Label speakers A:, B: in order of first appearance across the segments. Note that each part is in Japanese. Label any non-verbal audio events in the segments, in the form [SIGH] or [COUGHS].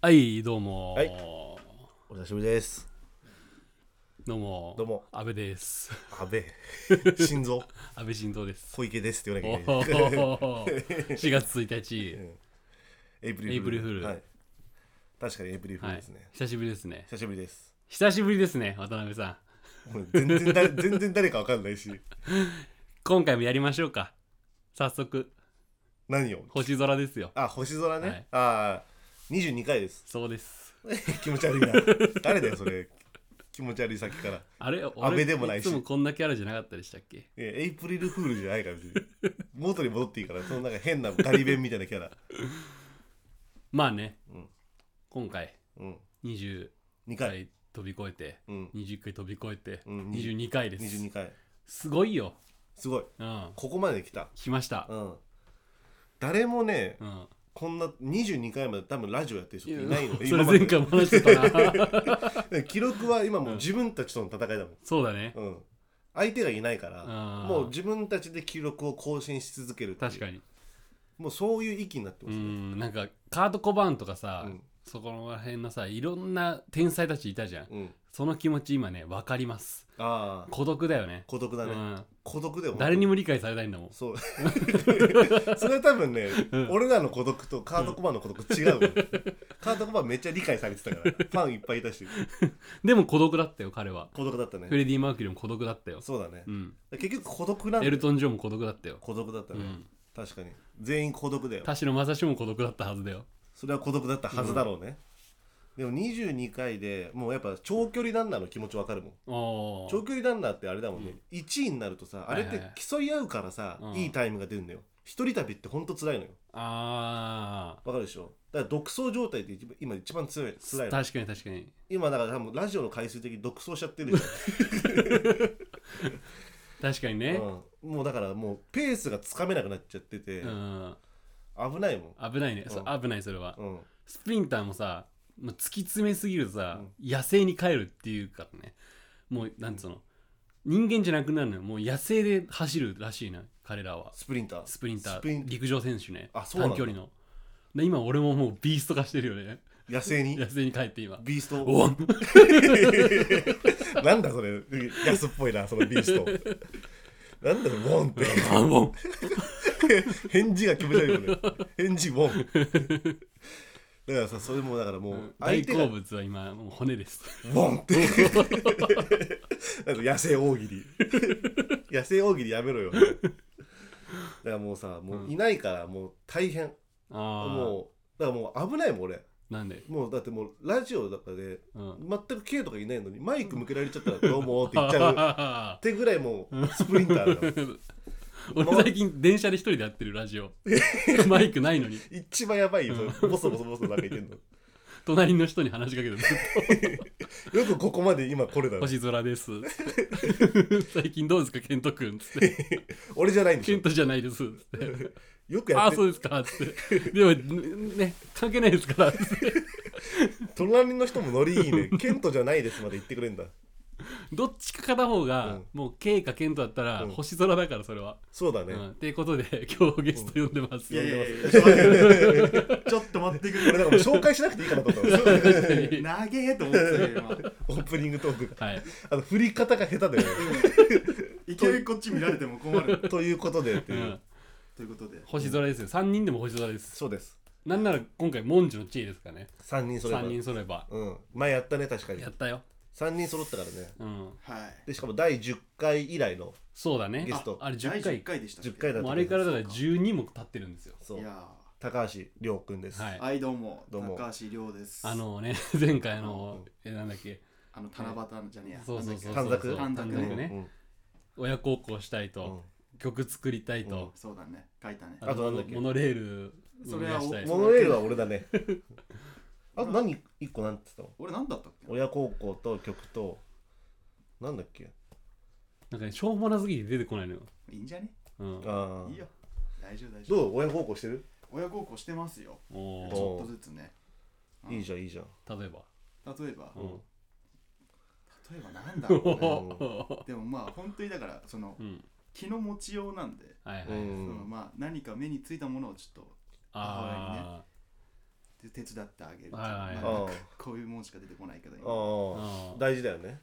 A: はいどうも、
B: はいお久しぶりです。
A: どうも
B: どうも
A: 安倍です [LAUGHS]
B: 安倍、 [LAUGHS] 心臓、
A: 安倍晋三です
B: 小池ですって言
A: お
B: わなきゃいけない。
A: ー [LAUGHS] 4月1日、
B: エイプ
A: エイプリルフール
B: はい。確かにエイプリルフー
A: は
B: ル
A: い
B: ですね。
A: 久しぶりですね
B: 久しぶりです。
A: 久しぶりですね渡辺さん
B: もう全然誰 [LAUGHS] 全然誰かわかんないし、
A: 今回もやりましょうか早速
B: 何を。
A: 星空ですよ
B: あ、星空ね。
A: はい
B: ああ、二十二回です。
A: そうです
B: 気持ち悪いな。誰だよそれ。気持ち悪い先から。
A: あれ俺
B: 安倍でもないし
A: いつもこんなキャラじゃなかったでしたっけ
B: いやエイプリルフールじゃないから別に。元に戻っていいから。そのなんか変なガリ弁みたいなキャラ。
A: まあね、
B: うん
A: 今回
B: うん。
A: 20
B: 二回。
A: 回飛び越えて、
B: うん。
A: 20回飛び越えて、
B: うん
A: 22回です
B: 二十二回。
A: すごいよ
B: すごい。
A: うん
B: ここまで来た。
A: 来ました
B: うん。誰もね、
A: うん
B: こんな22回まで多分ラジオやってる人っていないの
A: それ
B: 今まで
A: 前回も話してたな
B: [LAUGHS] 記録は今もう自分たちとの戦いだ
A: そうだね
B: もん、うん、相手がいないから
A: あー
B: もう自分たちで記録を更新し続けるっていう
A: 確かに
B: もうそういう域になって
A: う
B: ますね
A: んなんかカート・コバーンとかさ、
B: うん
A: そこら辺のさいろんな天才たちいたじゃん、
B: うん、
A: その気持ち今ね分かります
B: ああ
A: 孤独だよね
B: 孤独だね、孤独だ
A: う
B: よ
A: ん、誰に
B: も
A: も理解されないんだもん
B: そう [LAUGHS] それは多分ね、
A: うん
B: 俺らの孤独とカードコマンの孤独
A: [LAUGHS]
B: 違うわ、カードコマンめっちゃ理解されてたからファンいっぱいいたし
A: でも孤独だったよ彼は
B: 孤独だったね
A: フレディ・マーキュリーも孤独だったよ
B: そうだね
A: う、ん
B: 結局孤独なんだ
A: エル
B: よ
A: トン・ジョーも孤独だったよ
B: 孤独だったね、
A: うん
B: 確かに全員孤独だよ
A: 田代正史も孤独だったはずだよ
B: それは孤独だったはずだろうね、でも22回でもうやっぱ長距離ランナーの気持ちわかるもん
A: お
B: 長
A: ー
B: 距離ランナーってあれだもんね、1位になるとさあれっ
A: はい
B: て
A: はいはい
B: 競い合うからさ、
A: うん
B: いいタイムが出るんだよ一人旅ってほんと辛いのよ
A: あ
B: わかるでしょだから独走状態って一番今一番強い辛
A: ー
B: いの
A: 確かに確かに
B: 今だから多分ラジオの回数的に独走しちゃってるじ
A: 確かに
B: ゃん、
A: [LAUGHS] ね
B: うんもうだからもうペースがつかめなくなっちゃってて、
A: うん
B: 危ないもん
A: 危ないね、そ
B: うん
A: 危ないそれは、
B: うん
A: スプリンターもさもう突き詰めすぎるとさ、
B: う
A: 野生に帰るっていうからねもうなんつうの、人間じゃなくなるのよもう野生で走るらしいな彼らは
B: スプリンター
A: スプリンター
B: スプリン
A: 陸上選手ね
B: あそうなん
A: 短
B: だ
A: 距離ので今俺ももうビースト化してるよね
B: 野生に
A: 野生に帰って今
B: ビースト
A: おん
B: なんだそれ安っぽいなそのビーストなんだそれウォンって
A: あおん
B: 返事が気持ち悪いよね返事ウォンだからさそれもだからもう
A: 大
B: 相手が
A: 好
B: ウ
A: 物は今もう骨です
B: ォンってなんか野生大喜利野生大喜利やめろよだからもうさもういないからもう大変、
A: ああ
B: もうだからもう危ないもん俺
A: なんで、
B: もうだってもうラジオだからで
A: うん、
B: 全く K とかいないのにマイク向けられちゃったら「どうも」って言っちゃうってぐらいもうスプリンターだよ
A: [LAUGHS] 俺最近電車で一人でやってるラジオ
B: [LAUGHS]
A: マイクないのに
B: 一番やばいよそれボソボソボソなんか言ってんの
A: 隣の人に話しかけてずっと
B: よくここまで今来れたの
A: 星空
B: [LAUGHS]
A: です最近どうですかケント君つ
B: [LAUGHS]
A: って
B: 俺じゃないんで
A: ケ
B: しょ
A: ントじゃないですつって
B: よくや
A: あ
B: っ
A: あ
B: て
A: そうですかつってでもね関係ないです
B: [LAUGHS]
A: からつって
B: 隣の人もノリい
A: [LAUGHS]
B: いねケントじゃないですまで言ってくれんだ
A: どっちか片方が、
B: うん
A: もう K かケントだったら、
B: うん
A: 星空だからそれは
B: そうだね、
A: うんっていうことで今日ゲスト呼んでます、
C: いやいやいや、ちょっと待ってく
B: 俺なんかもう紹介しなくていいかなと思ったの
C: れ。長えと思ってたよ、今。
B: オープニングトーク
A: はい
B: あの振り方が下手だよね
C: いきなりこっち見られても困る。
B: ということでって
A: う
B: いう、
A: ん、
C: ということで。
A: 星空ですよ3人でも星空です
B: そうです
A: なんなら今回モンジュの地位ですからね
B: 3人揃えば
A: 3人揃えば
B: うん前やったね確かに
A: やったよ
B: 3人揃ったからね
A: うん
C: はい。
B: でしかも第10回以来の
A: そうだね
B: ゲスト
A: ああれ
C: 第
A: 10
C: 10回
A: 回
C: でしたっけ。
B: 10回だった
A: もう
B: か
A: あ
B: ら
A: れからだから12も経ってるんですよ
B: そう
C: いや
B: 高橋亮君です、
A: はい
C: ーはい、どうも。
B: どうも
C: 高橋亮です。
A: あ、のね前回のえなんだっけ
C: あの七夕じゃねえや。
A: そうそうそう
C: なんだ
B: 短
C: っ
B: 冊
A: そう短
C: 短冊
A: 冊
C: ね
A: ね
B: うん
A: 親孝行したい
B: うん
A: と、曲作りたい
B: うん
A: と
C: け、そうだね。書いたね。
B: あとなんだっけ
A: モノレール
C: それは
A: 動かしたい
C: お
B: モノレールは俺だね。あと何一個なんて言ったの
C: 俺何だったっけ
B: 親孝行と曲と、なんだっけ
A: なんかねしょうもなすぎて出てこないのよ、
C: いいんじゃね
A: うん、
B: あ
C: いい
B: あ。
C: よ。大丈夫大丈夫。
B: どう親孝行してる
C: 親孝行してますよ。ち
A: お
C: ょっとずつね。うん
B: いいじゃん、いいじゃん。
A: ー例えば
C: 例えば、
A: うん
C: 例えばなんだろうね。
A: [LAUGHS] う
C: でもまあ、本当にだから、その、
A: ん
C: 気の持ちようなんで、
A: はいはい、
B: う
C: その
B: ん。
C: まあ、何か目についたものをちょっと、
A: あ
C: で手伝ってあげるっていう
A: はいはいはい
C: まあなんかこういうもんしか出てこないけど今
B: あ
A: あ
B: あ
A: ー
B: 大事だよね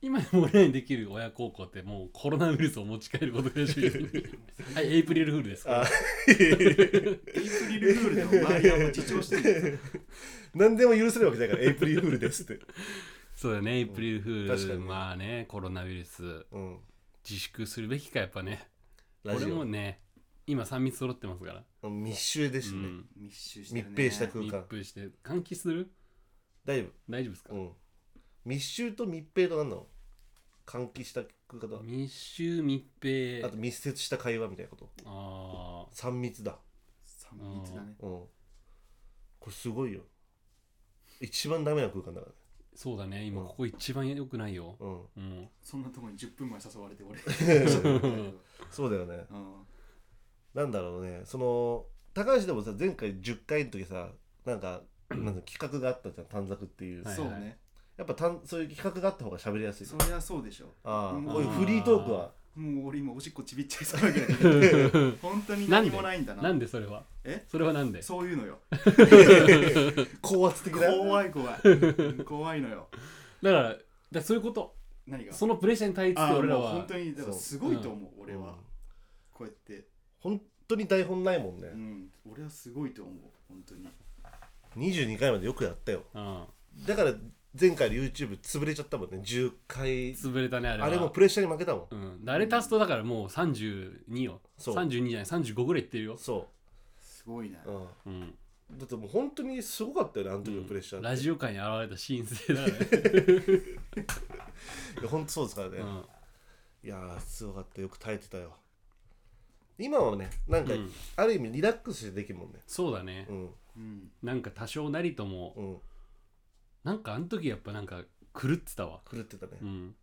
A: 今でも俺らにできる親孝行ってもうコロナウイルスを持ち帰ることでし
B: [LAUGHS]
A: ょはいエイプリルフールです
B: あ
A: か
C: エイプリルフールでも周りはもう自重してる
B: [LAUGHS]
C: んだよ
B: 何でも許せるわけじゃないからエイプリルフールですって、
A: そうだねエイプリルフ
B: 確
A: ー
B: か
A: ル、
B: にね
A: まあねコロナウイルス
B: うん、
A: 自粛するべきかやっぱね
B: ラジ
A: 俺も
B: オ
A: ね今3密揃ってますから、
B: 密集で
A: う
B: すね、
A: ん、
C: 密集して
B: 密
C: るね
B: 閉した空
A: 密
B: 間
A: 封して換気する
B: 大丈
A: 大丈夫ですか
B: 夫、う、ん、密集と密閉と何なの換気した空間と
A: 密集密閉
B: あと密接した会話みたいなこと
A: あ
B: 3密だ
C: 三密だね
B: うんこれすごいよ一番ダメな空間だか
A: ーそうだね今
B: うん
A: ここ一番良くないよ、
B: らね
A: うん、
C: そんなとこに10分前誘われて俺
B: んうんそうだよね
C: うん
B: なんだろうねその高橋でもさ前回10回の時さなんかなんか企画があったじゃん短冊っていう、
A: はい
C: そうね
B: やっぱたんそういう企画があった方が喋りやすい
C: そりゃそうでしょ
B: あ
C: うん
B: あこういうフリートークは
C: もう俺今おしっこちびっちゃいそうだけど本当に何もないんだな
A: なんでそれは
C: え
A: それはなんで
C: そういうのよ
B: 高圧的な
C: 怖い怖いうん怖いのよ
A: だからだからそういうこと
C: 何が
A: そのプレッシャーに対して
C: あ
A: 俺
C: 俺
A: ら
C: は
A: は
C: 本当にだからすごいと思う俺はこうやって
B: 本当に台本ないもんね、
C: うん俺はすごいと思う本当に
B: 22回までよくやったよ
A: うん、
B: だから前回の YouTube 潰れちゃったもんね10回
A: 潰れたねあれは
B: あれもプレッシャーに負けたもん
A: うん、あれ足すとだからもう32よ
B: そう
A: 32じゃない35ぐらいいってるよ、
B: そ
C: すごいな
B: う、
A: う
B: う
A: ん
B: ん、だってもう本当にすごかったよねあの時のプレッシャーって、
A: ラジオ界に現れた新星
B: [LAUGHS]
A: だね、
B: いや本当そうですからね、
A: うん
B: いやーすごかったよく耐えてたよ今はねなんか、
A: うん
B: ある意味リラックスしてできるもんね
A: そうだね、
B: うん
C: うん
A: なんか多少なりとも
B: うん
A: なんかあの時やっぱなんか狂ってたわ
B: 狂ってたね、
A: うん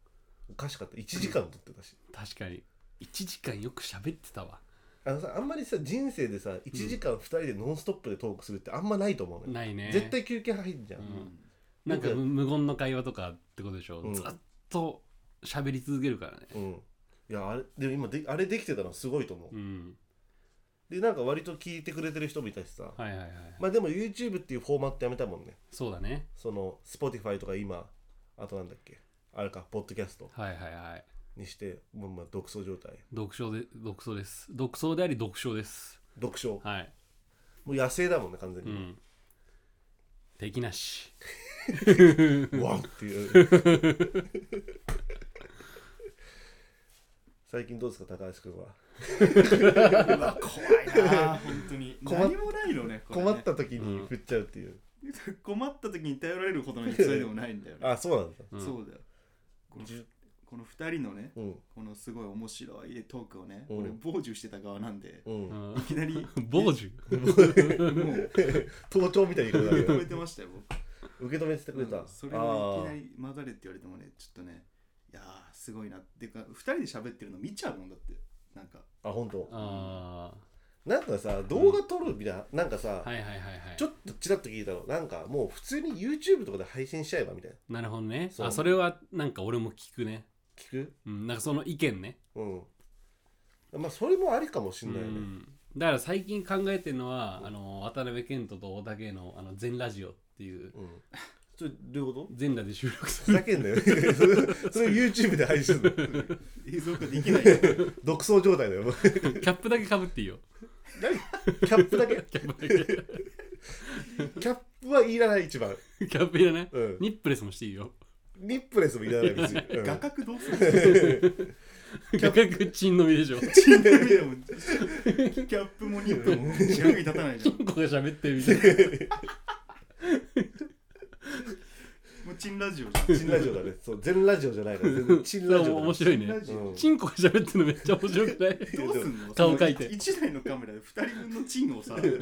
B: おかしかった1時間撮ってたし
A: 確かに1時間よく喋ってたわ
B: あのさあんまりさ人生でさ1時間2人でノンストップでトークするってあんまないと思うのよ、
A: ないね
B: 絶対休憩入んじゃん、
A: うんな
B: な
A: んん
B: か
A: か無無言の会話とかってことでしょ、
B: うん
A: ずっと喋り続けるからね
B: うんいやあれでも今であれできてたのすごいと思う、
A: うん
B: でなんか割と聞いてくれてる人もいたしさ、
A: はいはいはい
B: まあでも YouTube っていうフォーマットやめたもんね
A: そうだね
B: その Spotify とか今あとなんだっけあれかポッドキャスト
A: はいはいはい
B: にしてもうまあ独走状態
A: 独唱で独走です独走であり独唱です
B: 独走も
A: はいう
B: 野生だもんね完全
A: う
B: に、
A: ん敵なし
B: ワンっていう [LAUGHS] 最近どうですか高橋君は
C: うわ怖いな本当に
B: [LAUGHS] 困っ
C: 何もないのねこれね
B: 困った時に振っちゃうっていう、
C: 困った時に頼られるほどの逸材でもないんだよね
B: あそうなんだ、
A: うん
C: そうだよこの
B: じゅ
C: この2人のね
B: うん
C: このすごい面白いトークをね
B: うん
C: 俺傍受してた側なんで
B: うん
A: う、
B: [LAUGHS]
A: ん
C: いきなり
A: 傍受
C: もう
B: 盗聴みたいに言い方だけ
C: 止
B: ど
C: めてましたよ僕
B: [LAUGHS] 受け止めてくれた、
C: うんそれ
B: ああ
C: をいきなり混ざれって言われてもねちょっとねいやーすごいなっていうか2人で喋ってるの見ちゃうもんだってなんか
B: あ本当
A: あ
B: なんかさ動画撮るみたいななんかさ、
A: あはいはいはいはい
B: ちょっとちらっと聞いたのなんかもう普通に YouTube とかで配信しちゃえばみたい
A: な
B: な
A: るほどね
B: そう
A: あそれはなんか俺も聞くね
B: 聞く
A: うんなんかその意見ね
B: うんまあそれもありかもし
A: うん
B: ないよね、
A: んだから最近考えてるのはあの渡辺謙人と大竹のあの全ラジオっていう
B: うんそれどういうこ
A: 全裸で収録す
B: とふ
A: る
B: ざけんなよ [LAUGHS] それそれ YouTube で配信するの
C: 映像化できないよ
B: [LAUGHS] 独走状態だよ
A: [LAUGHS] キャップだけかぶっていいよ
B: 何キャップだけ
A: キャップだけ
B: キャップはいらない一番、
A: キャップいらない
B: うん、
A: ニップレスもしていいよ
B: ニップレスもいらない別に、うん
C: 画角どうする
A: 画 [LAUGHS] 角チンのみでしょ
C: チームでも [LAUGHS] キャップもニップも役に立たないじゃん
A: 金庫が喋ってるみた
C: [LAUGHS]
A: いな
C: もうチンラジオじゃん
B: チンラジオだねそう全ラジオじゃないから全然チンラジオだ
A: 面白いね
C: チンラジオ
B: うん
A: チンコが喋ってるのめっちゃ面白くない [LAUGHS]
C: どうすんの
A: 顔描いて
C: 1台のカメラで2人分のチンをさ映すっ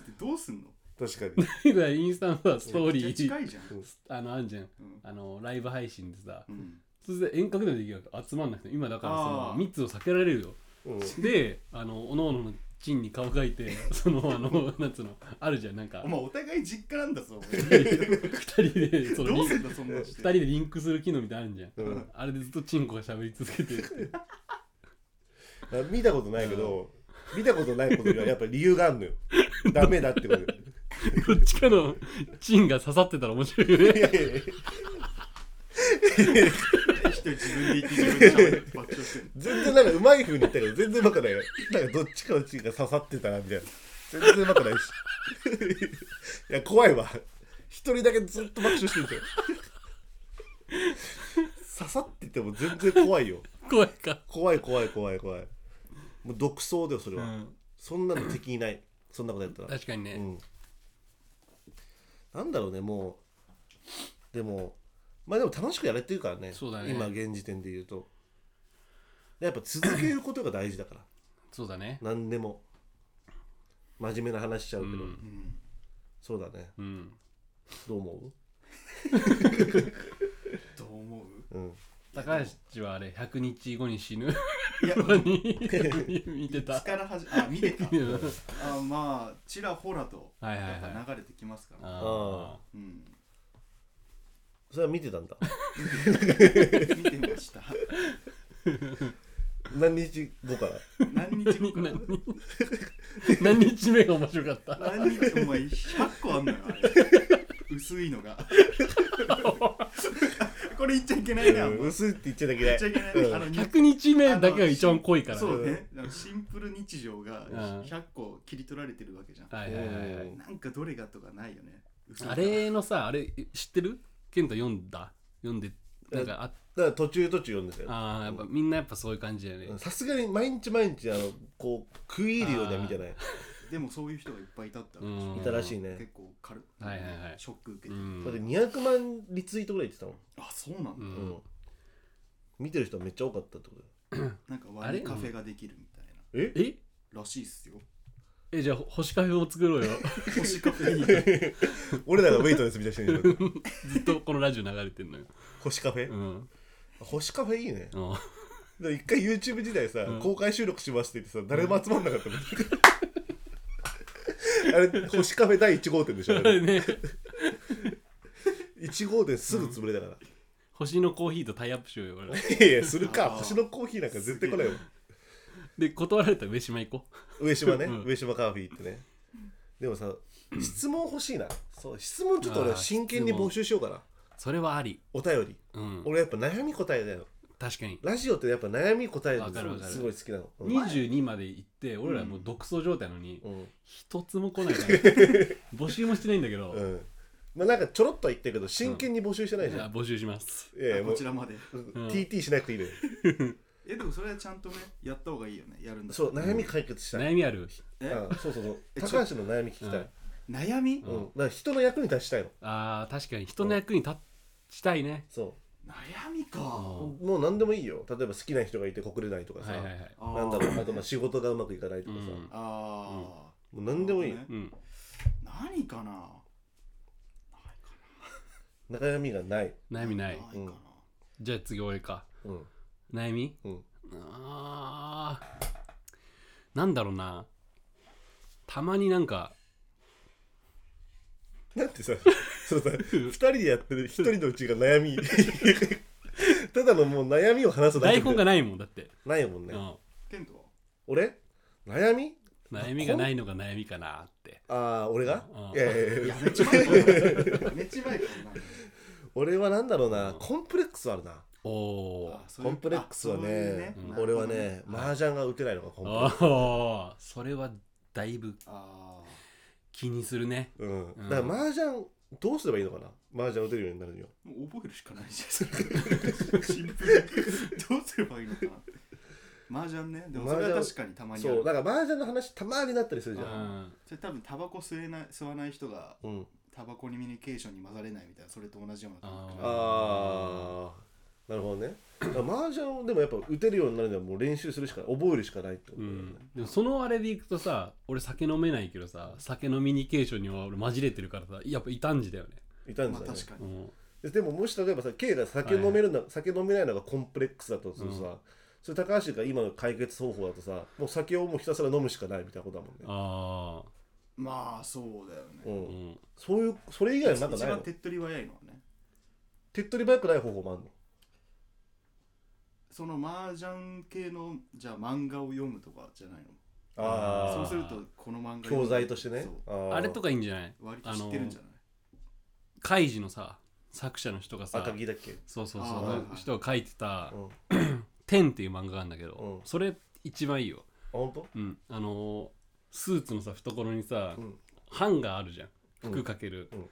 C: てどうすんの
B: 確かに
A: だからインスタのさストー
C: め
A: リ
C: っちゃ
A: ー
C: 近いじゃん、
A: あのあんじゃん
C: うん
A: あのライブ配信でさ
C: うん
A: それで遠隔でもできるわけ集まんなくて今だからそ
C: あ
A: の
C: ー
A: 密を避けられるよ
B: うん
A: であのおのおののチンに顔描いて [LAUGHS] そのあのなんつうのあるじゃんなんか
C: お前お互い実家なんだぞお
A: 二
C: 前
A: 人で
C: [LAUGHS]
A: そのリ
C: どう
A: ン
C: すんだそんなんして
A: 二人でリンクする機能みたいなのあるんじゃん
B: うん
A: あれでずっとチンコが喋り続けてるっていう
B: あ [LAUGHS] 見 [LAUGHS] たことないけど、見たことないことにはやっぱり理由があるのよダメだってこと
A: どっちかのチンが刺さってたら面白いよね
B: いやいやいや
C: 一人自分で言って自分で喋って爆笑してる
B: 全然なんかうまい風に言ったけど全然うまくないよなんかどっちかのチンが刺さってたなみたいな全然うまくないし [LAUGHS] いや怖いわ一人だけずっと爆笑してるじゃん刺さってても全然怖いよ
A: 怖いか、
B: 怖い怖い怖い怖いもう独走だよそれ
A: う
B: は、
A: ん、
B: そんなの敵いないそんなことやったら
A: 確かにね、
B: うん、なんだろうねもうでもまあでも楽しくやれてるからね
A: そうだね
B: 今現時点で言うとやっぱ続けることが大事だ
A: [CLEARS THROAT]
B: から
A: そうだね
B: 何でも真面目な話しちゃう
A: う
B: けど、
A: ん
C: うん
B: そうだね
A: うん
B: どう思
C: どう思う
B: う、うん、
A: 高橋はあれ100日後に死ぬ
C: いや
A: のに [LAUGHS] 見てた
C: いつから始めあ見て
A: [LAUGHS]
C: た
A: うん
C: あまあちらほらと
A: はいはいはい
C: やっぱ流れてきますから、
A: あ
C: うん
B: それは見て
A: [LAUGHS]
B: たんだ
C: 見てました
B: 何日後から
C: 何日後
A: ー
C: か
A: 何何 [LAUGHS] 日目が面白かった
C: 何日お前100個あんのよあれ薄いの
A: [LAUGHS]
C: がこれ言っちゃいけないな、
B: うん
C: もう
B: 薄いって言っちゃいけな
C: 言
B: い
C: っちゃいけない、
B: うん
C: あのに
A: 100日目だけが一番濃いからね
C: そうねあのシンプル日常が
A: うん
C: 100個切り取られてるわけじゃん、
A: はいはいはいはい
B: うん
C: なんかどれがとかないよね薄いか
A: あ
C: ら
A: れのさあれ知ってる健太読んだ読んでなんかあ
B: だから途中途中読んでたよ
A: あーやっぱみんなやっぱそういう感じだよね
B: うんさすがに毎日毎日あのこう食い入るようには見てない
C: でもそういう人がいっぱいいたって
A: う
C: 話
A: ん
B: いたらしいね、
C: 結構軽く
A: はいはいはい
C: ショック受け
A: う
C: て、
A: ん
B: だって200万リツイートぐらい言ってたもん、
C: あそうなんだ、
A: う
B: うん
A: ん
B: 見てる人めっちゃ多かったってこと
C: なんか割りカフェができるみたい
B: え
A: え
C: ならしいっすよ
A: えじゃあ星カフェを作ろうよ [LAUGHS]
C: 星カフェいいね
B: 俺らがウェイトレスみたいにしてるよ
A: ずっとこのラジオ流れてんのよ
B: 星カフェ、
A: うん
B: 星カフェいいね
A: うん
B: [LAUGHS] で一回 YouTube 時代さ、
A: うん
B: 公開収録しますって言ってさ誰も集まんなかったもん、あれ星カフェ第1号店でしょあ
A: [LAUGHS]
B: れ
A: ね
B: 1号店すぐ潰れたから、
A: 星のコーヒーとタイアップしようよ俺ら
B: いやいやするか
C: あー
B: 星のコーヒーなんか絶対来ないよ
A: で断られたら上島行こ
B: 上島ね、
A: うん
B: 上島カーフィーってねでもさ質問欲しいなそう質問ちょっと俺
A: あー
B: 真剣に募集しようかな
A: うそれはあり
B: お便り
A: うん
B: 俺やっぱ悩み答えだよ
A: 確かに
B: ラジオってやっぱ悩み答える
A: わかるわ
B: の
A: かる
B: すごい好きなの。うん
A: 22まで行って俺らもう独走状態なのに
B: うん
A: 一つも来ない
B: [LAUGHS]
A: から募集もしてないんだけど
B: うんまあなんかちょろっとは言ったけど真剣に募集してないじ
A: じゃ
B: ゃ
A: あ
B: ん。
A: 募集します
B: いやいやも
C: こ
B: う
C: ちらまで
B: うん
A: うん
B: TT しなくていいのよ。
C: えでもそれはちゃんとねやった方がいいよねやるんだ
B: そう悩み解決したい。
A: 悩みある
B: うん
C: え
B: そうそうそう。
C: えちょ
B: 高橋の悩み聞きたい。
C: 悩
B: う
C: み
B: ん。だから人の役に立ちたいの。
A: あー確かに人の役に立ちたいね
B: そ
C: 悩みか
B: う。
A: あ
B: もう何でもいいよ。例えば好きな人がいて告れないとかさ
A: はいは。いはい
C: あー
B: なんだろうあとまあ仕事がうまくいかないとかさ。
A: うん
C: あ
B: もう何でもいい
C: な
B: よ
C: る。
A: うん
C: 何かなないか
B: 悩みがない。
A: 悩みない
C: ないかな
A: じゃあ次俺か
B: うん
A: 悩み [LAUGHS]
B: うん。
A: あーなんだろうなたまになんか
B: なん
A: [LAUGHS]
B: てさ、そうさ、二人でやってる一人のうちが
A: [LAUGHS]
B: 悩み。ただのもう悩みを話すだけ
A: 台
B: みたい
A: 本
B: な
A: がないもんだって、
B: ないもんね。
A: うん
C: ケントは
B: 俺悩み
A: 悩みがないのが悩みかなって
B: ああ俺が
A: うん
B: いやいやい
C: や
B: や
C: めちまえかやめちまえか
B: 俺はなんだろうな
A: うん
B: コンプレックスはあるな
A: お
C: お
A: お
C: 前あそうい
B: コ
C: う
B: ンプレックスは
C: あそういう
B: ね
A: うん
C: なるほど
B: 俺はね麻雀が打てないのがコンプレック
A: ーおーそれはだいぶ
C: ああ
A: 気にするね
B: スうん
A: うん
B: だから麻雀どうすればいいのかな麻雀打てるようになるには
C: もう覚えるしかないじゃないですか
B: [LAUGHS]
C: シンプルにどうすればいいのかなって麻雀ねでもそれは確かにたまにあ
B: そう
C: る
B: だから麻雀の話たまになったりする
A: う
B: じゃん
A: ん
C: それ多分タバコ吸えない吸わない人が
B: うん
C: タバコにミュニケーションに混ざれないみたいなそれと同じような感
A: あ
C: 覚
B: ああなるほどねだから麻雀をでもやっぱ打てるようになるにはもう練習するしか覚えるしかないってこと
A: う
B: だよね
A: ん、でもそのあれでいくとさ俺酒飲めないけどさ酒飲みニケーションには俺混じれてるからさやっぱ異端児だよね、
B: いたん
C: ま
B: じ
C: あ
B: ゃない
C: 確かに
A: うん、
B: ででももし例えばさ K が酒飲めるの、酒飲めないのがコンプレックスだとするとさ、
A: う
B: それ高橋が今の解決方法だとさもう酒をもうひたすら飲むしかないみたいなことだもんね、
A: あ
C: まあそうだよ
B: う
C: ね
A: あうんん
B: そういうそれ以外なんか
C: 一
B: ない
C: 番
B: の
C: 手っ取り早いのはね
B: 手っ取り早くない方法もあるの
C: その麻雀系のじゃあ漫画を読むとかじゃないの
B: ああ
C: そうするとこの漫画
B: 教材としてね
C: そう
B: あ
A: あれと
B: か
A: かいいんじゃない
C: 割と知ってるんじゃない
A: カイジのさ作者の人がさ
B: 赤木だっけ
A: そうそう
C: あ
A: そ
C: ー
A: う
C: はいはい
A: の人が書いてた
B: うんあ
A: 「天」っていう漫画があるんだけど
B: うん
A: それ一番いいよ
B: 本当
A: うんあのースーツのさ懐にさ
B: うん
A: ハンガーあるじゃん
B: うん
A: 服かける
B: うん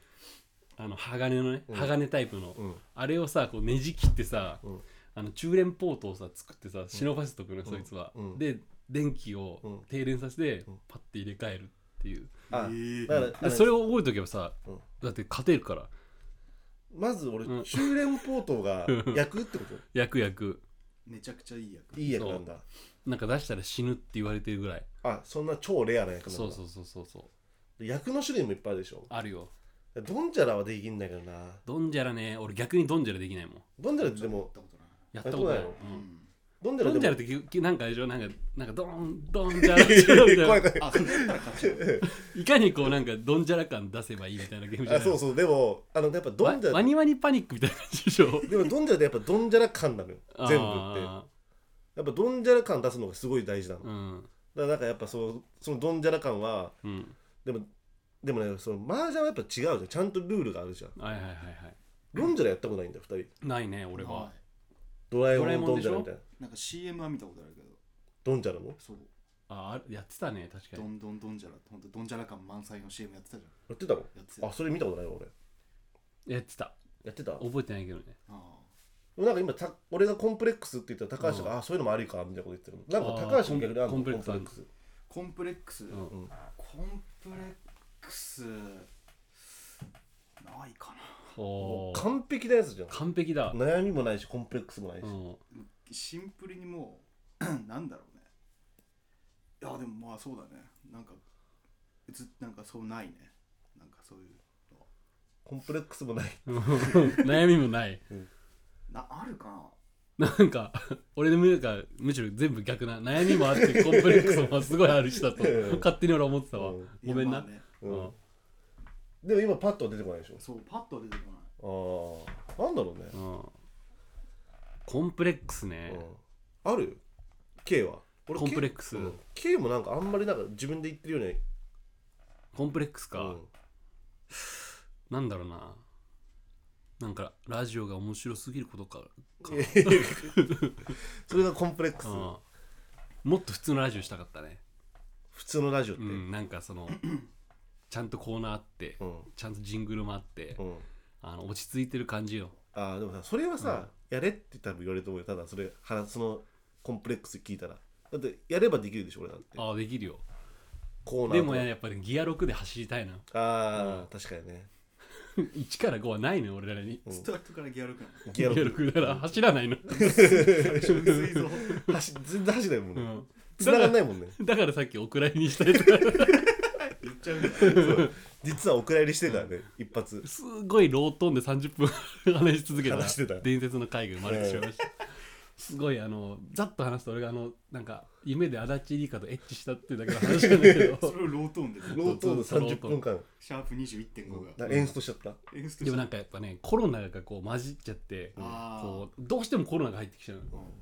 A: あの鋼のね
B: うん
A: 鋼タイプの
B: うん
A: あれをさこうねじ切ってさ
B: うん
A: あの中連ポートをさ作ってさ忍ばせとくのよそいつは
B: うん
A: で電気
B: う
A: を
B: ん
A: 停電させて
B: うん
A: パッて入れ替えるっていう
B: あ
C: ええ
B: だからあ
A: で
B: れ
A: それを覚えとけばさ
B: うん
A: だって勝てるから
B: まず俺
A: うん
B: 中連ポートが役ってこと
A: 役役
C: めちゃくちゃいい役
B: いい役なんだ
A: なんか出したら死ぬって言われてるぐらい
B: あそんな超レアな役なんだ
A: そうそうそうそうそう
B: で役の種類もいっぱいあるでしょ
A: あるよ
B: ドンジャラはできんだけどな
A: ドンジャラね俺逆にドンジャラできないもん
B: ドンジャラってで
C: やっ
B: も
C: たことない
A: やったことない
B: やったこ
A: う
C: うんん
B: ドンジャ
A: ド
B: ラ
A: ンジャラっ
B: で
A: てききなんかあれでしょなんかなんかドンドンジャラジャラみたい
B: も
A: な
B: [LAUGHS] 怖い怖い
C: あそれだったら勝ちよ
A: [LAUGHS] いかにこうなんかドンジャラ感出せばいいみたいなゲームじゃ
B: あ
A: ない
B: そうそうでもあのやっぱドンジャ
A: ワ
B: ラ
A: ニワニパニックみたいな感じで
B: [LAUGHS]
A: しょ
B: でもドンジャラってやっぱドンジャラ感なのよ全部って
A: あ
B: やっぱドンジャラ感出すのがすごい大事なの
A: ーうん
B: だからなんかやっぱそのそのドンジャラ感は
A: うん
B: でもでもねその麻雀はやっぱ違うじゃんちゃんとルールがあるじゃん
A: はいはいはいは
B: ドンジャラやったことないんだよ2人
A: いないね俺は
B: ドラえ
A: ドラえ
B: も
A: も
B: んド
A: んで
B: ン
A: し
B: ジャ
A: ょ
B: ラみたいな
C: なんか CM は見たことあるけど
B: ドンジャラのや
C: そう
A: ああやってたね確か
C: ど
A: に
C: んどんどんじゃら本当どんじゃら感満載の CM やってたじゃ
B: っ
C: ん
B: てたの
C: やってた
B: あそれ見たことないわ俺
A: やってた
B: やってたで
A: 覚えてないけどね
C: あ
B: もなんか今た俺がコンプレックスって言ったら高橋が、あそういうのもありかみたいなこと言ってるのなんか高橋も逆に
A: あ
B: あんの
A: ーコンプレックスある
B: ス
C: コンプレックス、
A: うん
C: コンプレックスないかな
B: も
A: お
B: う
A: ー
B: 完璧なやつじゃん
A: 完璧だ
B: 悩みもないしコンプレックスもないし、
A: うん [LAUGHS]
C: シンプルにもう [CLEARS THROAT] なんだろうねいやでもまあそうだねなんかずなんかそうないねなんかそういうのは
B: コンプレックスもない
A: 悩みもない
C: なあるかな
A: なんか俺の見るからむしろ全部逆な悩みもあってコンプレックスもすごいある人だと
B: うん
A: 勝手に俺は思ってたわ
B: うん
A: ごめん
C: いや
A: な
C: まあね
B: う
A: うん
B: んでも今パッとは出てこないでし
C: そうパッとは出てこない
B: ょああなんだろうね、
A: うんコンプレックスね
B: うん、あるよ K は俺
A: コンプレ
B: ク
A: ックス
B: K もなんかあんまりなんか自分で言ってるように
A: コンプレックス
B: う
A: か
B: ん
A: なんだろうななんかラジオが面白すぎることかか
B: [LAUGHS] それがコンプレックス
A: うんもっと普通のラジオしたかったね
B: 普通のラジオって
A: う
B: うん
A: んなんかそのちゃんとコーナーあって
B: うん、
A: ちゃんとジングルもあってあの落ち着いてる感じよ
B: ああでもさそれはさ、やれって多分言われると思うよただそれ話そのコンプレックス聞いたらだってやればできるでしょ俺だって
A: ああできるよ
B: コーナーとか
A: でもねやっぱりギア6で走りたいな [LAUGHS]
B: ああ、確かにね
A: 1から5はないのよ俺らに
B: うん
C: スタートからギャル
A: [LAUGHS]
C: 感
A: ギ
B: ギ
A: ア
B: アロ
A: 6だから走らないの、
C: 薄いぞ
B: 走全然走らないもん
A: う
B: ね、
A: ん、
B: 繋がんないもんね
A: だからさっきお蔵入りにしたやつ
B: [LAUGHS]
A: が
C: 言っちゃう
A: [LAUGHS]
C: んだ
B: 実はお蔵入りしてたね、一発
A: すごいロートンで30分 [LAUGHS] 話し続けた
B: 話してた
A: 伝説の回が生まれてしまいましたすごいあのざっと話すと俺があのなんか夢で足立梨花とエッチしたっていうだけの話なんだけど
B: [LAUGHS]
C: それをロートーンで
B: ロートーンの30分間
C: シャープ21.5
B: な
C: が
B: んか演出しちゃった、
C: 演出
A: でもなんかやっぱねコロナがこう混じっちゃって
C: あー
A: こうどうしてもコロナが入ってきちゃうの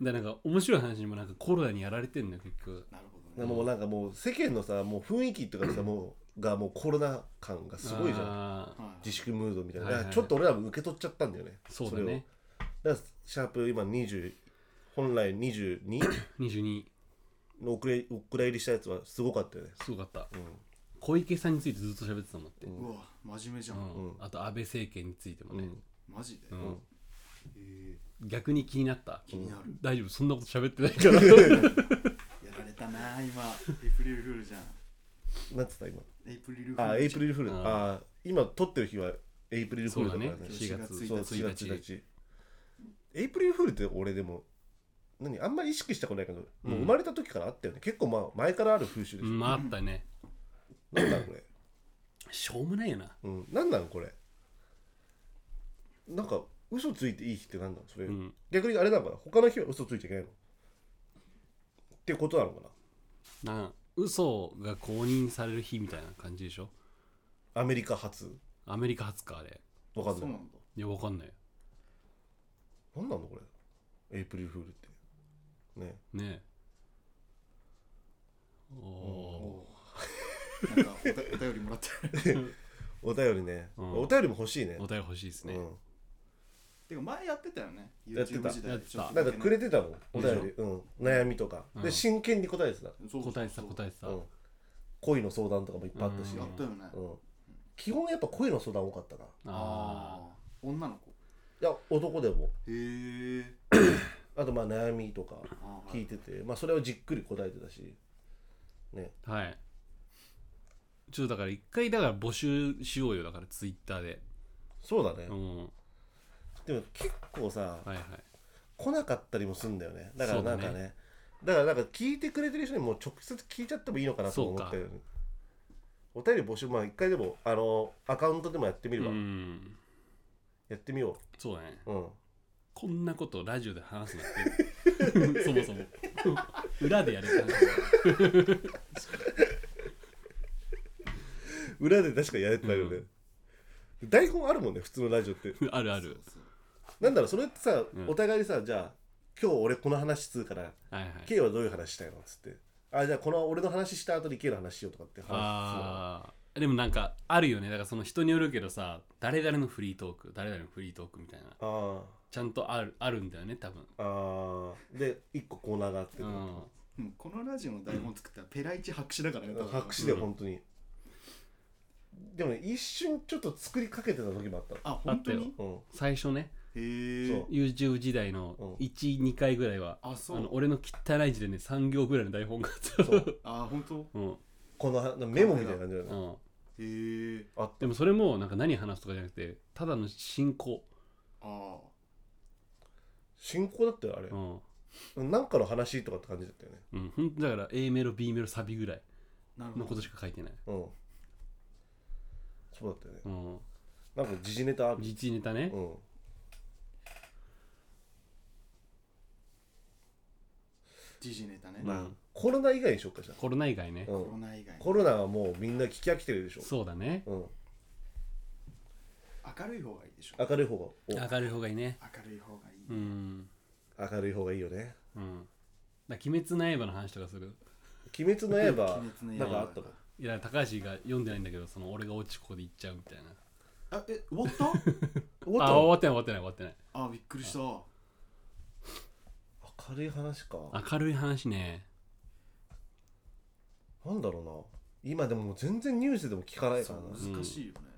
A: でなんか面白い話にもなんかコロナにやられてんのよ結局
C: なるほど
B: で
C: ね
B: ももうなんかもう世間のさもう雰囲気とかさ、もうがもうコロナ感がすごいじゃ
A: ゃ
B: ん
C: はい
B: 自粛ムードみたいな、
A: はいはい
B: だからちょっと俺らも受け取っちゃったんだよね
A: そうだね
B: それをだからシャープ今20本来22
A: 22
B: のお蔵入りお蔵入りしたやつはすごかったよね
A: すごかった
B: う
A: 小池さんについてずっと喋ってたもんだって、
C: うわ真面目じゃん、
A: うん
B: うん
A: あと安倍政権についても
B: ん、う
A: ね、
B: ん、
C: マジで、
A: うん
B: ん
C: え
A: 逆に気になった
C: ー、気になる、
A: 大丈夫 [LAUGHS] そんなこと喋ってないから
C: やられたなー今エイプリルフールじゃん
B: なんつった今
C: エイプリルフール
B: あエイプ
C: ル
B: リルフール
A: う
B: あ
A: ん
B: あー今撮ってる日はエイプリルフ
A: そ
B: ー
A: う
B: ルだ
A: だ
B: か
A: ね
B: らね
A: 4月
B: そう
C: 4
A: 1
B: 4月
A: 日
B: 1日エイプリルフールって俺でも何あんまり意識したことないけど、もう生まれた時からあったよね結構まあ前からある風習で
A: う
B: しょ、
A: んまああったね
B: なんだこれ、
A: しょうもないよな
B: うん、なんなんこれなんか嘘ついていい日ってなんだそれ、
A: うん
B: 逆にあれなのかな他の日は嘘ついちゃいけないのってことなのか
A: なん嘘が公認される日みたいな感じでしょ
B: なアメリカ初
A: アメリカ初かあれ
B: わかんな
C: そう
B: い
C: なんだ
A: いやわかんないよ
B: なんなんだこれエイプリルフールってね
A: ねおお
C: おーなんかおたお便りもらっ
B: [LAUGHS]
C: てる
B: お便りね、
A: うん
B: お便りも欲しいね
A: お便り欲しいですね、
B: うん
C: てか前やってたよね
B: やってた
C: YouTube 時代
A: やってた
C: ちょっと
B: な
C: だ
B: ん
C: け
B: か
C: ね
B: くれてたもんお
A: でしょ
B: 便り、うん、悩みとか、
A: う
B: で
A: ん
B: 真剣に答えてた、
C: そうそうそう
A: 答えてた答えてた、
B: うん、恋の相談とかもいっぱいあったし、
A: うん
C: やったよね
B: うん基本やっぱ恋の相談多かったな
A: あ
C: あー女の子
B: いや男でも
C: へえ
B: あとまあ悩みとか
C: あー
B: 聞いてて、まあ、それをじっくり答えてたしね
A: あはいちょっとだから一回だから募集しようよだからツイッターで
B: そうだね、
A: うんは
B: でも結構さ
A: いはい
B: 来なかったりもするんだよねだからなんか
A: そうだ
B: ねだからなんか聞いてくれてる人にもう直接聞いちゃってもいいのかなと
A: そう
B: 思
A: か
B: ったよねお便り募集まあ一回でもあのアカウントでもやってみるわ、
A: うん
B: やってみよ
A: そうだね
B: ううん
A: こんなことラジオで話すなってそもそも裏でやる感じ
B: 裏で確かにやれてたよね、台本あるもんね普通のラジオって
A: あるある
C: そう
B: なんだろうそれってさ、
A: うん
B: お互いにさじゃあ今日俺この話するから
A: はいはい
B: K はどういう話したいのっつってあじゃあこの俺の話した後に K の話しようとかって話するわ
A: あーでもなんかあるよねだからその人によるけどさ誰々のフリートーク誰々のフリートークみたいな
B: あー
A: ちゃんとあるあるんだよね多分
B: あーで一個コーナーがあって、
A: うん
C: うんこのラジオの台本作ったらペライチ白紙だからね多分
B: 白紙で本当に、でもね一瞬ちょっと作りかけてた時もあった
C: あ本当
A: あっ
C: に
B: の
A: 最初ね
C: へ
B: そう
C: え
A: YouTube 時代の
B: うん
A: 12回ぐらいは
C: あそ
A: あの
C: う
A: 俺の汚い字でね3行ぐらいの台本があった
B: うんそう
C: あ本当
A: うん
B: このはメモみたいな感じだよ
A: う
B: ね
A: ん
C: へえ
B: あった
A: でもそれもなんか何話すとかじゃなくてただの進行
C: あ
B: 進行だったよあれ
A: うん、
B: なんかの話とかって感じだったよね
A: うん、ほんとだから A メロ B メロサビぐらい
C: あなる
A: の
C: ほ
A: こ
C: ど
A: としか書いてない
B: うんそうだったよね
A: うん
B: なんか時事ネタある
A: 実ネタね
B: うん
C: 時事ネタね
A: うん
B: まあコロナ以外にしよっかじゃあ
A: コロナ以外ね
B: う
C: コ
B: ん
C: ロナ以外
B: コロナはもうみんな聞き飽きてるでしょ
A: そうだね
B: うん
C: 明るい方がいいでしょ
B: 明るい方が
A: 明るい方がいいね
C: 明るい方がいい
A: うん
B: お明るい方がいいよね
A: うんだから鬼滅の刃の話とかする
B: 鬼滅の刃
C: 鬼滅
B: な
C: の
B: ん
C: 刃
B: かあったか
A: いや高橋が読んでないんだけどその俺が落ちこで行っちゃうみたいな
C: あえ終わっ
B: [LAUGHS] 終
C: た
B: わ
A: あ
B: った
A: 終
B: の
A: わってない終わってない終わってない
C: あびっくりした
B: 明るい話か
A: 明るい話ね
B: なんだろうな今でももう全然ニュースでも聞かないか
C: そ
B: らな
C: う難しいよね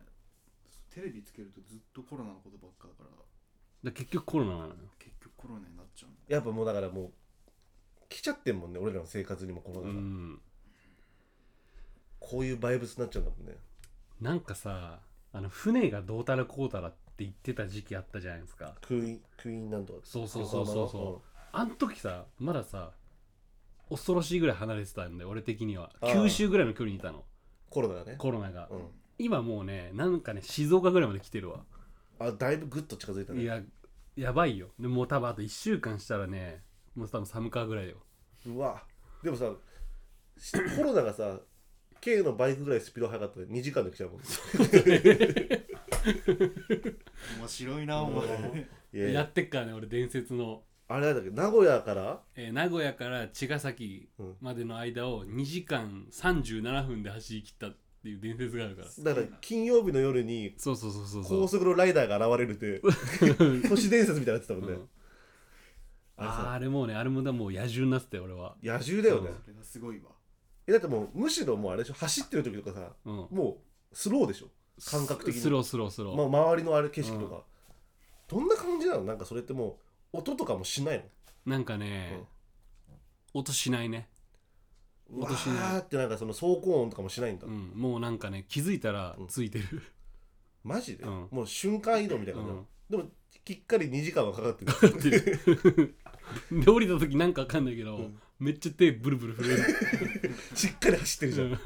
C: テレビつけるとずっとコロナのことばっかだから
A: だから結局コロナなのよ
C: 結局コロナになっちゃうんだ
B: やっぱもうだからもう来ちゃってんもんね俺らの生活にもコロ
A: う
B: ナが、
A: ん
B: こういうバイブスになっちゃうんだもんね
A: なんかさあの船がどうたらこうたらって言ってた時期あったじゃないですか
B: クイーンクイーンなんとか
A: そうそうそうそうそう
B: 横
A: あの時さまださ恐ろしいぐらい離れてたんで俺的には
B: ああ
A: 九州ぐらいの距離にいたの
B: 浜のうんコロナがね
A: コロナが
B: うん
A: 今もうねなんかね静岡ぐらいまで来てるわ
B: あだいぶグッと近づいたね
A: いややばいよでもう多分あと1週間したらねもう多分寒川ぐらいだよ
B: うわでもさし [COUGHS] コロナがさ K のバイクぐらいスピード速かったら2時間で来ちゃうもん
C: 面白いなお前
B: いやい
A: や
B: や
A: ってっからね俺伝説の、
B: あれだっけ名古屋から
A: えー名古屋から茅ヶ崎
B: うん
A: までの間を2時間37分で走り切ったっていう伝説があるから
B: だから金曜日の夜に
A: そうそうそうそう
B: [LAUGHS] 高
A: そ
B: 速のライダーが現れる
A: [LAUGHS]
B: って
A: う
B: 都市伝説みたいになってたもんね、
A: うん
B: あれ
A: あー
B: さ
A: あれもうねあれもだもう野獣になってたよ俺は
B: 野獣だよね、
C: それがすごいわ
B: えだってもうむしろもうあれでしょ走ってる時とかさ
A: うん
B: もうスローでしょ感覚的に
A: スロースロースロー、
B: まあ、周りのあれ景色とか、どんな感じなのなんかそれってもう音とかもしないの
A: なんかね、音しないね、
B: うわ
A: 音しない
B: ーってなんかその走行音とかもしないんだ、
A: うん、もうなんかね気づいたら
B: うん
A: ついて
B: [LAUGHS]
A: る、
B: マジで、
A: うん
B: もう瞬間移動みたいな感じなの、でもきっかり2時間はかかってる
A: [LAUGHS] ってるで降りた時なんかわかんないけど、
B: うん
A: めっちゃ手ブルブル震える
B: しっかり走ってる [LAUGHS] じゃん、い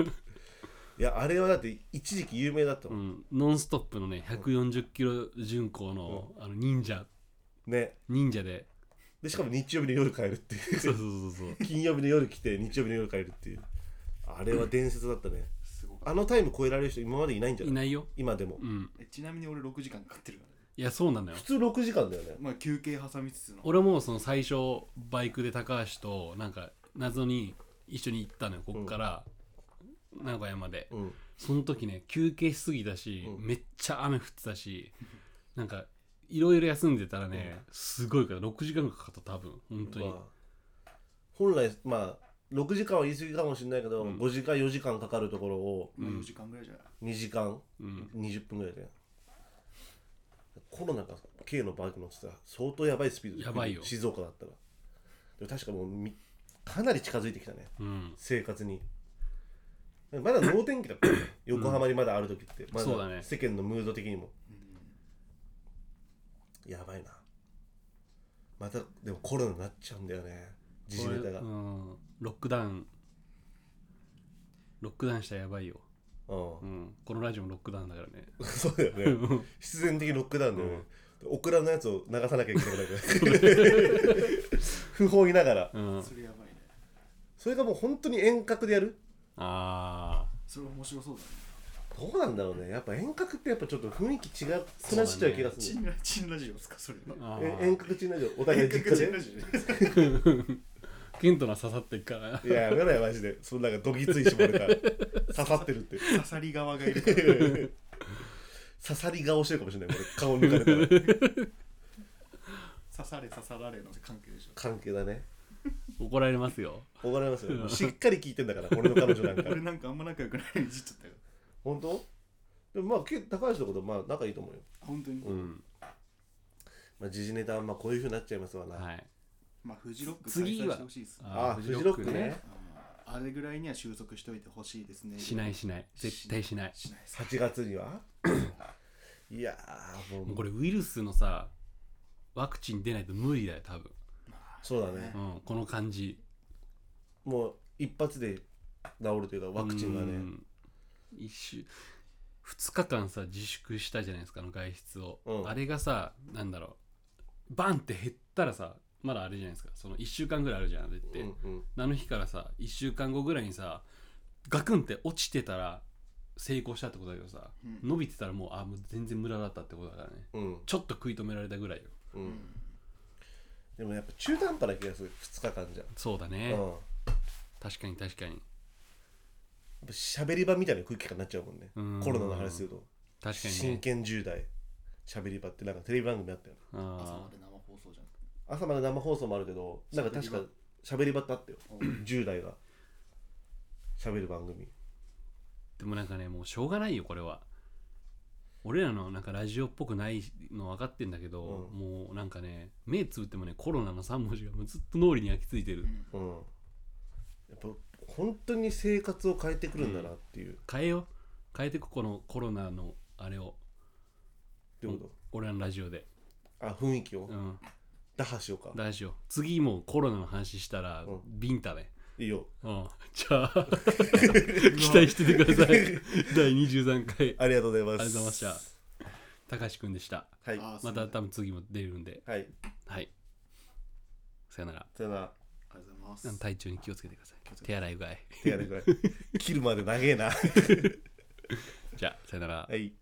B: やあれはだって一時期有名だった
A: う
B: もん、
A: ん、ノンストップのね140キロ巡航の,、あの忍者
B: ね
A: 忍者で
B: でしかも日曜日の夜帰るっていう
A: そうそうそうそう
B: 金曜日の夜来て日曜日の夜帰るっていうあれは伝説だったね
C: すごかっ
B: あのタイム超えられる人今までいないんじゃな
A: [LAUGHS]
B: い
A: いないよ、
B: 今でも
A: うん、
C: たえちなみに俺6時間かかってるからね
A: いやそうなのよ
B: 普通6時間だよね
C: まあ休憩挟みつつの
A: 俺もその最初バイクで高橋となんか謎に一緒に行ったのよこっから名古屋まで、
B: うん
A: その時ね休憩しすぎたし、
B: うん
A: めっちゃ雨降ってたしなんかいろいろ休んでたらね、すごいから6時間かかった多分本当に、
B: まあ本来まあ6時間は言い過ぎかもしれないけど、
A: うん
B: 5時間4時間かかるところを
C: まあ、
A: うん
C: 4時間ぐらいじゃない、
B: 2時間
A: うん、
B: 20分ぐらいでコロナが K のバイク乗ってたら相当やばいスピード
A: やばいよ
B: 静岡だったらでも確かもうみかなり近づいてきたね
A: うん、
B: 生活にまだ能天気だったよね横浜にまだある時って、ま
A: そうだね
B: 世間のムード的にも
C: うん
B: やばいなまたでもコロナになっちゃうんだよね時事ネタが、
A: これうん、ロックダウンロックダウンしたらやばいよ、
B: うん
A: うん、このラジオもロックダウンだからね
B: [LAUGHS] そうだよ
A: [LAUGHS]
B: ね必然的にロックダウンだよね、オクラのやつを流さなきゃいけなくなる
A: [LAUGHS]
B: [LAUGHS] 不法いながら [LAUGHS]
A: うん
C: それやばいね
B: それがもう本当に遠隔でやる
A: あ
C: それ面白そうだね
B: どうなんだろうねやっぱ遠隔ってやっぱちょっと雰囲気違くなっちゃう気がす
C: チ
B: る、
C: ンラチンラジオですかそれは
A: ーあ
B: え遠
A: ー
B: 隔地なじゃお互い実
C: チ
B: 家
C: ン
B: で
C: ラジオ
A: ケントの刺さってっから [LAUGHS]
B: いややめろよマジでそのなんかどぎついしもれた刺さってるって
C: 刺さり側がいるから
B: 刺さり顔してるかもしれないこれ顔抜かれたら
C: 刺され刺さられの関係でしょ
B: 関係だね
A: 怒られますよ
B: 怒られますよ、しっかり聞いてんだから俺の彼女なんか
C: 俺なんかあんま仲良くないのにいじっちゃったよ
B: 本当でもまあけ高橋のことまあ仲いいと思うよ
C: 本当に、
A: うん
B: まあ、時事ネタはまあこういうふうになっちゃいますわな、
A: はい
C: まあフジロック開
A: 次
C: 催
A: は
C: してほしいですね
B: ああフジロックね
C: あーあれぐらいには収束しておいてほしいですね
A: しないしない絶対しない
C: しないです
B: 8月に
A: [CLEARS THROAT]
B: はいやーもう
A: もうこれウイルスのさワクチン出ないと無理だよ多分、
B: そうだね
A: うん、この感じ
B: もう一発で治るというかワクチンが
A: う
B: ね
A: ん一週2日間さ自粛したじゃないですかあの外出を、
B: うん
A: あれがさなんだろうバンって減ったらさまだあれじゃないですかその1週間ぐらいあるじゃんあれって、
B: うんうん
A: あの日からさ1週間後ぐらいにさガクンって落ちてたら成功したってことだけどさ、
C: うん
A: 伸びてたらもうあもう全然無駄だったってことだからね
B: うん
A: ちょっと食い止められたぐらいよ
B: う
C: うんん
B: でもやっぱ中途半端な気がする2日間じゃ、
A: そうだね、
B: うんやっ
A: 確かに確かに
B: ぱ喋り場みたいな空気感になっちゃうもんね
A: うん
B: コロナの話すると
A: 確かに
B: 真
A: ね
B: 剣10代喋り場ってなんかテレビ番組あったよね
C: 朝
A: あ
C: まで生放送じゃん
B: 朝まで生放送もあるけどなんか確か喋り場ってあったよ10代が喋る番組
A: ーでもなんかねもうしょうがないよこれは俺らのなんかラジオっぽくないの分かってんだけど、
B: う
A: もうなんかね目つぶってもねコロナの3文字がもうずっと脳裏に焼き付いてる、
C: うん
B: うんやっぱ本当に生活を変えてくるんだなっていう、
A: 変えよう変えてくこのコロナのあれを
B: ってこと
A: 俺らのラジオで
B: あ雰囲気を、
A: うん
B: 打破しようか
A: 大丈夫次もうコロナの話したら、
B: うん
A: ビンタね
B: いいよ
A: うんじゃあ [LAUGHS] 期待しててください [LAUGHS] 第23回
B: ありがとうございます
A: ありがとうございまし高橋くんでした
B: はい
C: あー
A: また多分次も出るんで
B: はい
A: はいさよなら
B: さよなら
C: ありがとうございま
A: あ
C: す
A: の体調に気をつけてください手洗いうがい
B: 手やれぐらい切るまで長えな
A: じゃあさよなら
B: はい